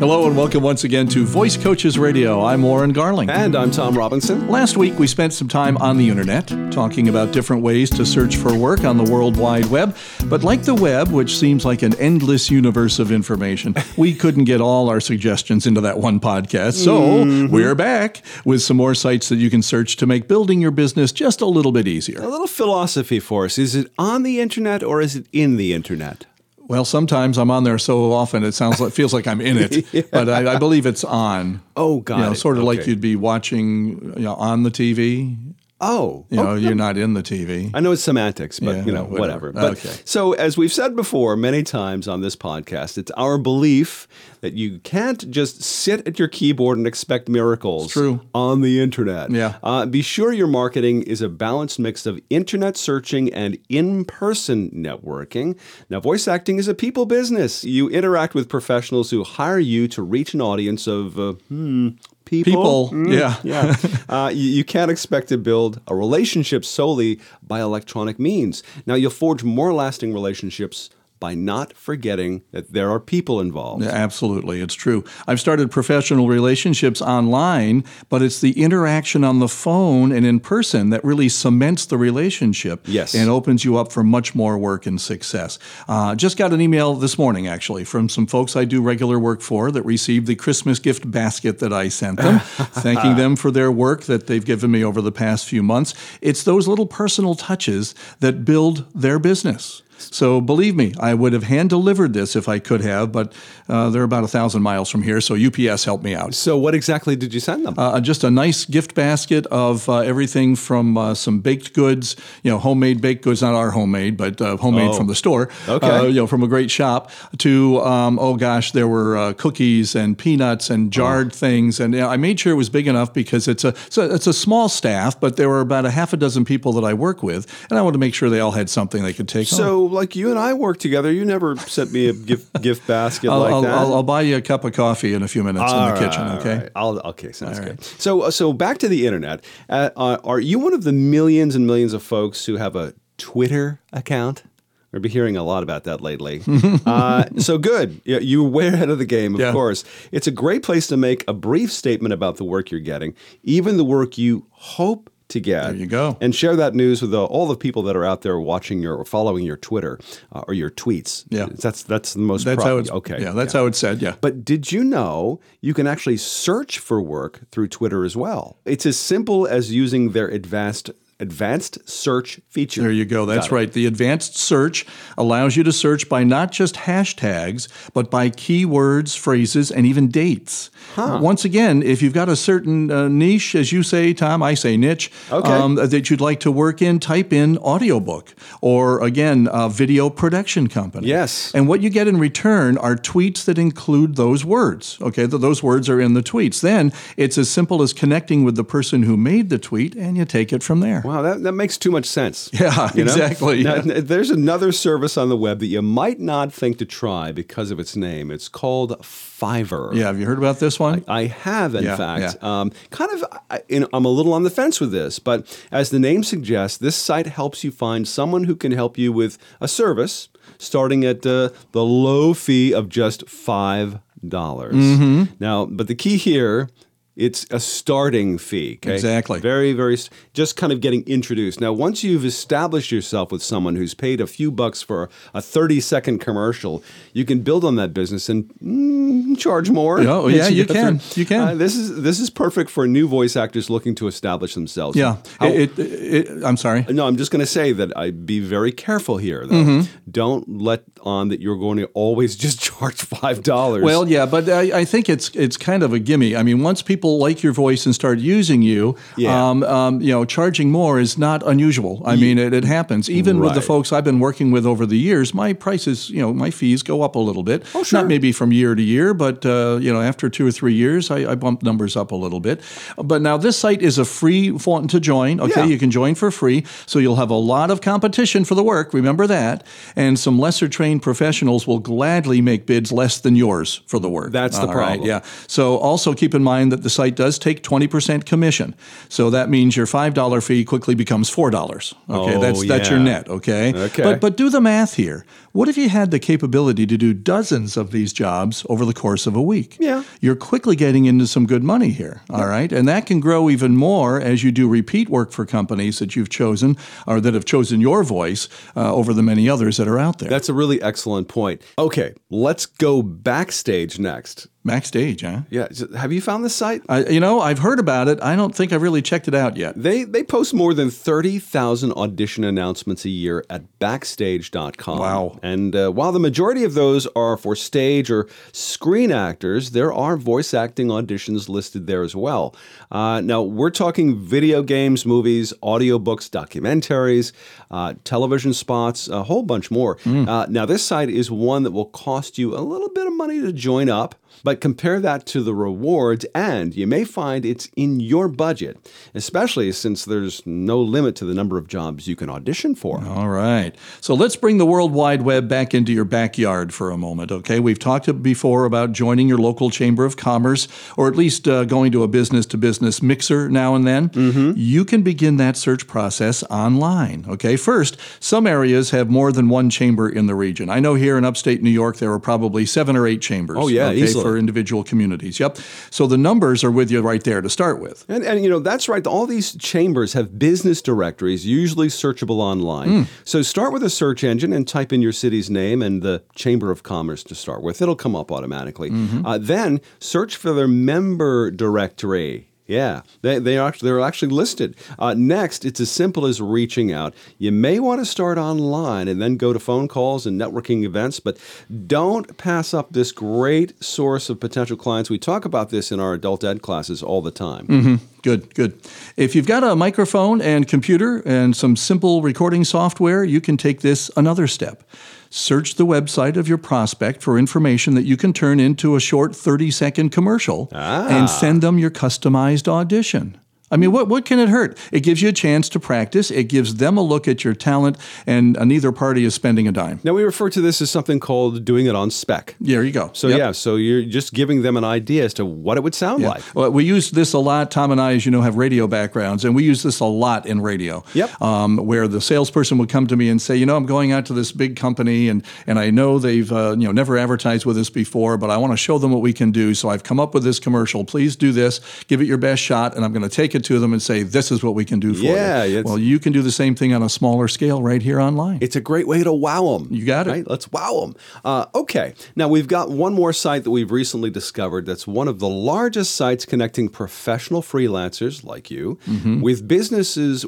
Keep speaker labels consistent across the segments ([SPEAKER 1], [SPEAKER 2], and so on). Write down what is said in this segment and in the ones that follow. [SPEAKER 1] Hello and welcome once again to Voice Coaches Radio. I'm Warren Garling.
[SPEAKER 2] And I'm Tom Robinson.
[SPEAKER 1] Last week we spent some time on the internet talking about different ways to search for work on the World Wide Web. But like the web, which seems like an endless universe of information, we couldn't get all our suggestions into that one podcast. So we're back with some more sites that you can search to make building your business just a little bit easier.
[SPEAKER 2] A little philosophy for us. Is it on the internet or is it in the internet?
[SPEAKER 1] Well, sometimes I'm on there so often it sounds like feels like I'm in it, but I, I believe it's on.
[SPEAKER 2] Oh, got
[SPEAKER 1] You know,
[SPEAKER 2] it.
[SPEAKER 1] sort of like
[SPEAKER 2] Okay.
[SPEAKER 1] you'd be watching, you know, on the TV.
[SPEAKER 2] Oh,
[SPEAKER 1] You know, you're not in the TV.
[SPEAKER 2] I know it's semantics, but
[SPEAKER 1] Yeah,
[SPEAKER 2] you know,
[SPEAKER 1] no, whatever.
[SPEAKER 2] whatever. But
[SPEAKER 1] Okay.
[SPEAKER 2] so as we've said before many times on this podcast, it's our belief that you can't just sit at your keyboard and expect miracles
[SPEAKER 1] true.
[SPEAKER 2] on the internet.
[SPEAKER 1] Yeah.
[SPEAKER 2] Uh, be sure your marketing is a balanced mix of internet searching and in-person networking. Now, voice acting is a people business. You interact with professionals who hire you to reach an audience of uh, hmm, people.
[SPEAKER 1] People,
[SPEAKER 2] Mm,
[SPEAKER 1] yeah.
[SPEAKER 2] yeah. Uh, you, you can't expect to build a relationship solely by electronic means. Now, you'll forge more lasting relationships by not forgetting that there are people involved.
[SPEAKER 1] Yeah, absolutely, it's true. I've started professional relationships online, but it's the interaction on the phone and in person that really cements the relationship.
[SPEAKER 2] Yes.
[SPEAKER 1] and opens you up for much more work and success. Uh, just got an email this morning, actually, from some folks I do regular work for that received the Christmas gift basket that I sent them, thanking them for their work that they've given me over the past few months. It's those little personal touches that build their business. So believe me, I would have hand delivered this if I could have, but uh, they're about a thousand miles from here, so UPS helped me out
[SPEAKER 2] So, what exactly did you send them?
[SPEAKER 1] uh, just a nice gift basket of uh, everything from uh, some baked goods, you know, homemade baked goods, not our homemade, but uh, homemade
[SPEAKER 2] Oh.
[SPEAKER 1] from the store,
[SPEAKER 2] Okay.
[SPEAKER 1] uh, you know, from a great shop, to, um, oh gosh, there were uh, cookies and peanuts
[SPEAKER 2] Oh.
[SPEAKER 1] and jarred things. And you know, I made sure it was big enough because it's a, so it's a small staff, but there were about a half a dozen people that I work with, and I wanted to make sure they all had something they could take home.
[SPEAKER 2] so, like you and I work together, you never sent me a gift, gift basket
[SPEAKER 1] I'll,
[SPEAKER 2] like
[SPEAKER 1] I'll,
[SPEAKER 2] that.
[SPEAKER 1] I'll, I'll buy you a cup of coffee in a few minutes in
[SPEAKER 2] All
[SPEAKER 1] the kitchen,
[SPEAKER 2] right,
[SPEAKER 1] okay?
[SPEAKER 2] all right. I'll, okay, sounds good. So, uh, so back to the internet. Uh, uh, are you one of the millions and millions of folks who have a Twitter account? We've been hearing a lot about that lately. uh, so good. Yeah, You're way ahead of the game, of
[SPEAKER 1] Yeah.
[SPEAKER 2] course. It's a great place to make a brief statement about the work you're getting, even the work you hope to get.
[SPEAKER 1] There you go.
[SPEAKER 2] And share that news with uh, all the people that are out there watching your or following your Twitter uh, or your tweets.
[SPEAKER 1] Yeah.
[SPEAKER 2] That's that's the most
[SPEAKER 1] That's
[SPEAKER 2] pro-
[SPEAKER 1] how it's
[SPEAKER 2] okay.
[SPEAKER 1] Yeah, that's how it's said. Yeah.
[SPEAKER 2] But did you know you can actually search for work through Twitter as well? It's as simple as using their advanced advanced search feature.
[SPEAKER 1] There you go. That's right. The advanced search allows you to search by not just hashtags, but by keywords, phrases, and even dates. Once again, if you've got a certain uh, niche, as you say, Tom, I say niche, um,
[SPEAKER 2] Okay.
[SPEAKER 1] that you'd like to work in, type in audiobook or again, a video production company.
[SPEAKER 2] Yes.
[SPEAKER 1] And what you get in return are tweets that include those words. Okay, Th- those words are in the tweets. Then it's as simple as connecting with the person who made the tweet, and you take it from there.
[SPEAKER 2] Wow, that, that makes too much sense.
[SPEAKER 1] Yeah,
[SPEAKER 2] You know?
[SPEAKER 1] exactly.
[SPEAKER 2] Now,
[SPEAKER 1] Yeah.
[SPEAKER 2] n- There's another service on the web that you might not think to try because of its name. It's called Fiverr.
[SPEAKER 1] Yeah, have you heard about this one?
[SPEAKER 2] I have, in
[SPEAKER 1] Yeah,
[SPEAKER 2] fact. Um, kind of, I, you know, I'm a little on the fence with this, but as the name suggests, this site helps you find someone who can help you with a service starting at uh, the low fee of just $5. dollars
[SPEAKER 1] Mm-hmm.
[SPEAKER 2] Now, but the key here, it's a starting fee. okay?
[SPEAKER 1] Exactly.
[SPEAKER 2] Very, very, s- just kind of getting introduced. Now, once you've established yourself with someone who's paid a few bucks for a 30 second commercial, you can build on that business and mm, charge more.
[SPEAKER 1] Oh, yeah,
[SPEAKER 2] Yes,
[SPEAKER 1] you
[SPEAKER 2] get
[SPEAKER 1] can.
[SPEAKER 2] through.
[SPEAKER 1] You can.
[SPEAKER 2] Uh, this is this is perfect for new voice actors looking to establish themselves.
[SPEAKER 1] Yeah.
[SPEAKER 2] How-
[SPEAKER 1] It, it, it, I'm sorry.
[SPEAKER 2] no, I'm just going to say that I be very careful here. Though,
[SPEAKER 1] Mm-hmm.
[SPEAKER 2] don't let on that you're going to always just charge five dollars.
[SPEAKER 1] Well, yeah, but I, I think it's it's kind of a gimme. I mean, once people like your voice and start using you,
[SPEAKER 2] Yeah.
[SPEAKER 1] um, um, you know, charging more is not unusual. I mean, it, it happens. Even with the
[SPEAKER 2] Right.
[SPEAKER 1] folks I've been working with over the years, my prices, you know, my fees go up a little bit. Oh,
[SPEAKER 2] sure.
[SPEAKER 1] Not maybe from year to year, but uh, you know, after two or three years, I, I bump numbers up a little bit. But now this site is a free font to join. Okay,
[SPEAKER 2] Yeah.
[SPEAKER 1] you can join for free, so you'll have a lot of competition for the work. Remember that, and some lesser trained professionals will gladly make bids less than yours for the work.
[SPEAKER 2] That's the
[SPEAKER 1] All right,
[SPEAKER 2] problem.
[SPEAKER 1] yeah. So also keep in mind that the website does take 20% commission. So that means your $5 fee quickly becomes $4. Okay,
[SPEAKER 2] Oh,
[SPEAKER 1] that's that's your
[SPEAKER 2] yeah.
[SPEAKER 1] net, okay?
[SPEAKER 2] Okay.
[SPEAKER 1] But but do the math here. What if you had the capability to do dozens of these jobs over the course of a week?
[SPEAKER 2] Yeah.
[SPEAKER 1] You're quickly getting into some good money here, all right? And that can grow even more as you do repeat work for companies that you've chosen or that have chosen your voice uh, over the many others that are out there.
[SPEAKER 2] That's a really excellent point. Okay, let's go backstage next.
[SPEAKER 1] Backstage, huh?
[SPEAKER 2] Yeah, so have you found this site?
[SPEAKER 1] I, you know, I've heard about it. I don't think I've really checked it out yet.
[SPEAKER 2] They they post more than 30,000 audition announcements a year at backstage.com.
[SPEAKER 1] Wow.
[SPEAKER 2] And uh, while the majority of those are for stage or screen actors, there are voice acting auditions listed there as well. Uh, now, we're talking video games, movies, audiobooks, documentaries, uh, television spots, a whole bunch more. Uh, now, this site is one that will cost you a little bit of money to join up. But compare that to the rewards, and you may find it's in your budget, especially since there's no limit to the number of jobs you can audition for.
[SPEAKER 1] All right. So let's bring the World Wide Web back into your backyard for a moment, okay? We've talked before about joining your local chamber of commerce or at least uh, going to a business to business mixer now and then.
[SPEAKER 2] Mm-hmm.
[SPEAKER 1] You can begin that search process online, okay? First, some areas have more than one chamber in the region. I know here in upstate New York, there are probably seven or eight chambers
[SPEAKER 2] Oh, yeah,
[SPEAKER 1] okay,
[SPEAKER 2] easily.
[SPEAKER 1] for individual communities. Yep. So the numbers are with you right there to start with.
[SPEAKER 2] And, and you know that's right. All these chambers have business directories, usually searchable online. So start with a search engine and type in your city's name and the chamber of commerce to start with. It'll come up automatically. Uh, then search for their member directory. Yeah, they, they are they're actually listed. Uh, next, it's as simple as reaching out. You may want to start online and then go to phone calls and networking events, but don't pass up this great source of potential clients. We talk about this in our adult ed classes all the time.
[SPEAKER 1] Good, good. If you've got a microphone and computer and some simple recording software, you can take this another step. Search the website of your prospect for information that you can turn into a short 30 second commercial and send them your customized audition. I mean, what, what can it hurt? It gives you a chance to practice, it gives them a look at your talent, and uh, neither party is spending a dime.
[SPEAKER 2] Now we refer to this as something called doing it on spec.
[SPEAKER 1] There you go.
[SPEAKER 2] So
[SPEAKER 1] Yep.
[SPEAKER 2] yeah, so you're just giving them an idea as to what it would sound like.
[SPEAKER 1] Well, we use this a lot. Tom and I, as you know, have radio backgrounds, and we use this a lot in radio.
[SPEAKER 2] Yep.
[SPEAKER 1] Um, where the salesperson would come to me and say, you know, I'm going out to this big company, and and I know they've uh, you know never advertised with us before, but I want to show them what we can do. So I've come up with this commercial. Please do this. Give it your best shot, and I'm going to take it to them and say, this is what we can do for
[SPEAKER 2] Yeah,
[SPEAKER 1] you.
[SPEAKER 2] it's-
[SPEAKER 1] Well, you can do the same thing on a smaller scale right here online.
[SPEAKER 2] It's a great way to wow them.
[SPEAKER 1] You got it.
[SPEAKER 2] Right? Let's wow them. Uh, okay. Now we've got one more site that we've recently discovered that's one of the largest sites connecting professional freelancers like you
[SPEAKER 1] Mm-hmm.
[SPEAKER 2] with businesses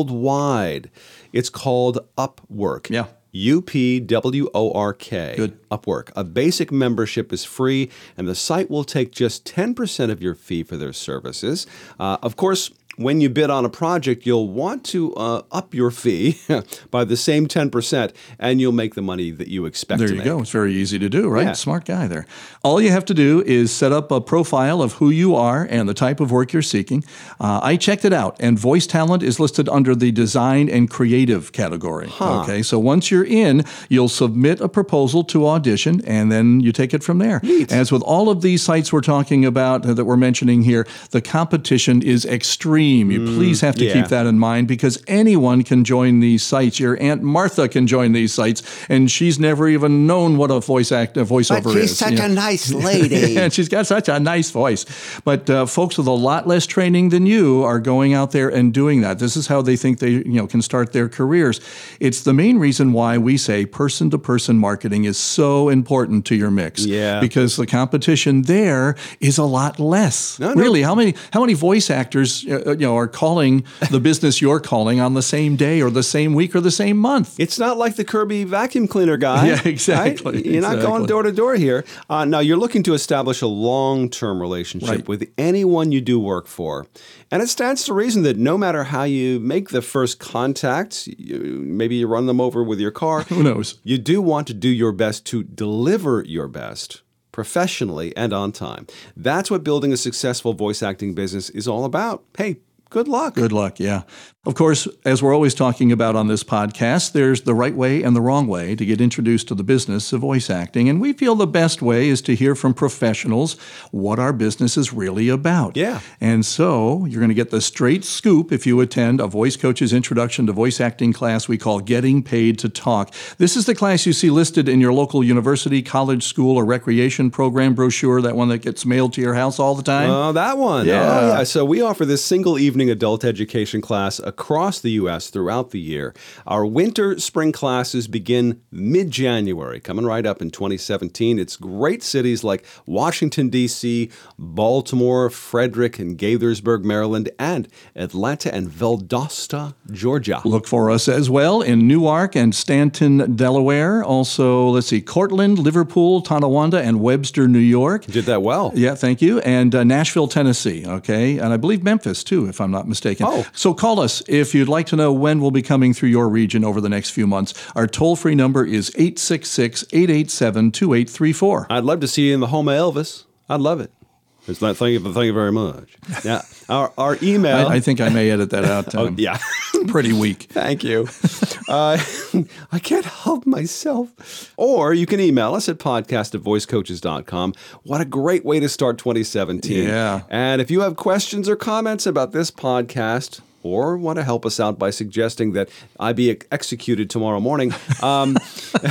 [SPEAKER 2] worldwide. It's called Upwork.
[SPEAKER 1] Yeah.
[SPEAKER 2] U P W O R K.
[SPEAKER 1] Good.
[SPEAKER 2] Upwork. A basic membership is free, and the site will take just 10% of your fee for their services. Uh, of course, when you bid on a project, you'll want to uh, up your fee by the same 10%, and you'll make the money that you expect
[SPEAKER 1] There
[SPEAKER 2] to
[SPEAKER 1] you
[SPEAKER 2] make.
[SPEAKER 1] go. It's very easy to do, right?
[SPEAKER 2] Yeah.
[SPEAKER 1] Smart guy there. All you have to do is set up a profile of who you are and the type of work you're seeking. Uh, I checked it out, and voice talent is listed under the design and creative category. Okay, so once you're in, you'll submit a proposal to audition, and then you take it from there. As with all of these sites we're talking about uh, that we're mentioning here, the competition is extreme. You please have to
[SPEAKER 2] Mm, yeah.
[SPEAKER 1] keep that that in mind because anyone can join these sites. Your Aunt Martha can join these sites, and she's never even known what a voice act, a voiceover is. you know.
[SPEAKER 3] nice lady.
[SPEAKER 1] and she's got such a nice voice. But uh, folks with a lot less training than you are going out there and doing that. This is how they think they you know can start their careers. It's the main reason why we say person to person marketing is so important to your mix.
[SPEAKER 2] Yeah.
[SPEAKER 1] because the competition there is a lot less.
[SPEAKER 2] no.
[SPEAKER 1] Really, how many how many voice actors uh, uh, you know are calling the business you're calling on the same day or the same week or the same month?
[SPEAKER 2] It's not like the Kirby vacuum cleaner guy.
[SPEAKER 1] Yeah, exactly,
[SPEAKER 2] You're not going
[SPEAKER 1] exactly.
[SPEAKER 2] door to door here. Uh, now, you're looking to establish a long term relationship
[SPEAKER 1] Right.
[SPEAKER 2] with anyone you do work for. And it stands to reason that no matter how you make the first contact, you, maybe you run them over with your car,
[SPEAKER 1] Who knows?
[SPEAKER 2] you do want to do your best to deliver your best professionally and on time. That's what building a successful voice acting business is all about. Hey, good luck.
[SPEAKER 1] Good luck, yeah. Of course, as we're always talking about on this podcast, there's the right way and the wrong way to get introduced to the business of voice acting. And we feel the best way is to hear from professionals what our business is really about.
[SPEAKER 2] Yeah.
[SPEAKER 1] And so you're going to get the straight scoop if you attend a voice coach's introduction to voice acting class we call Getting Paid to Talk. This is the class you see listed in your local university, college, school, or recreation program brochure, that one that gets mailed to your house all the time.
[SPEAKER 2] Oh, that one.
[SPEAKER 1] Yeah.
[SPEAKER 2] Oh, yeah. So we offer this single evening adult education class across the U.S. throughout the year. Our winter spring classes begin mid January, coming right up in 2017. It's great cities like Washington, D.C., Baltimore, Frederick, and Gaithersburg, Maryland, and Atlanta and Valdosta, Georgia.
[SPEAKER 1] Look for us as well in Newark and Stanton, Delaware. Also, let's see, Cortland, Liverpool, Tonawanda, and Webster, New York.
[SPEAKER 2] Did that well.
[SPEAKER 1] Yeah, thank you. And uh, Nashville, Tennessee. Okay. And I believe Memphis, too, if I'm not mistaken.
[SPEAKER 2] Oh.
[SPEAKER 1] So call us if you'd like to know when we'll be coming through your region over the next few months. Our toll free number is 866 887 2834.
[SPEAKER 2] I'd love to see you in the home of Elvis. I'd love it. It's not, thank you, thank you very much. Now, our, our email.
[SPEAKER 1] I think I may edit that out. Um,
[SPEAKER 2] yeah.
[SPEAKER 1] It's pretty weak.
[SPEAKER 2] Thank you. Uh, I can't help myself. Or you can email us at podcast at voicecoaches.com. What a great way to start 2017.
[SPEAKER 1] Yeah.
[SPEAKER 2] And if you have questions or comments about this podcast, or want to help us out by suggesting that I be ex- executed tomorrow morning, um,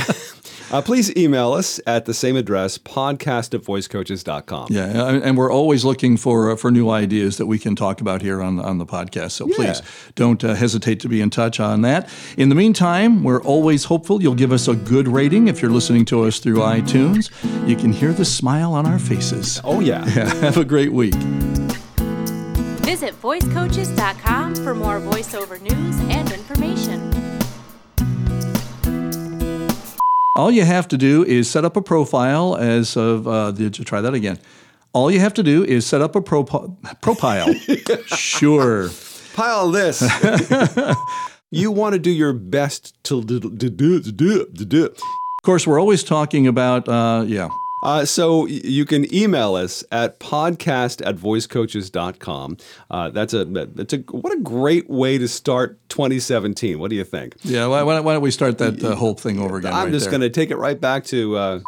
[SPEAKER 2] uh, please email us at the same address, podcast at voicecoaches.com.
[SPEAKER 1] Yeah, and- and we're always looking for uh, for new ideas that we can talk about here on on the podcast. So please don't uh, hesitate to be in touch on that. In the meantime, we're always hopeful you'll give us a good rating if you're listening to us through iTunes. You can hear the smile on our faces.
[SPEAKER 2] Oh, yeah.
[SPEAKER 1] Yeah, have a great week.
[SPEAKER 3] Visit voicecoaches.com for more voiceover news and information.
[SPEAKER 1] All you have to do is set up a profile as of uh, did you try that again? All you have to do is set up a propo- profile. sure.
[SPEAKER 2] Pile this. you want to do your best to do, do, do, do, do, do.
[SPEAKER 1] Of course, we're always talking about uh, yeah.
[SPEAKER 2] Uh, so y- you can email us at podcast at voicecoaches.com. Uh, that's a, that's a, what a great way to start 2017. What do you think?
[SPEAKER 1] Yeah, why, why, don't- why don't we start that uh, whole thing over again?
[SPEAKER 2] I'm
[SPEAKER 1] right
[SPEAKER 2] just
[SPEAKER 1] there.
[SPEAKER 2] going to take it right back to, uh,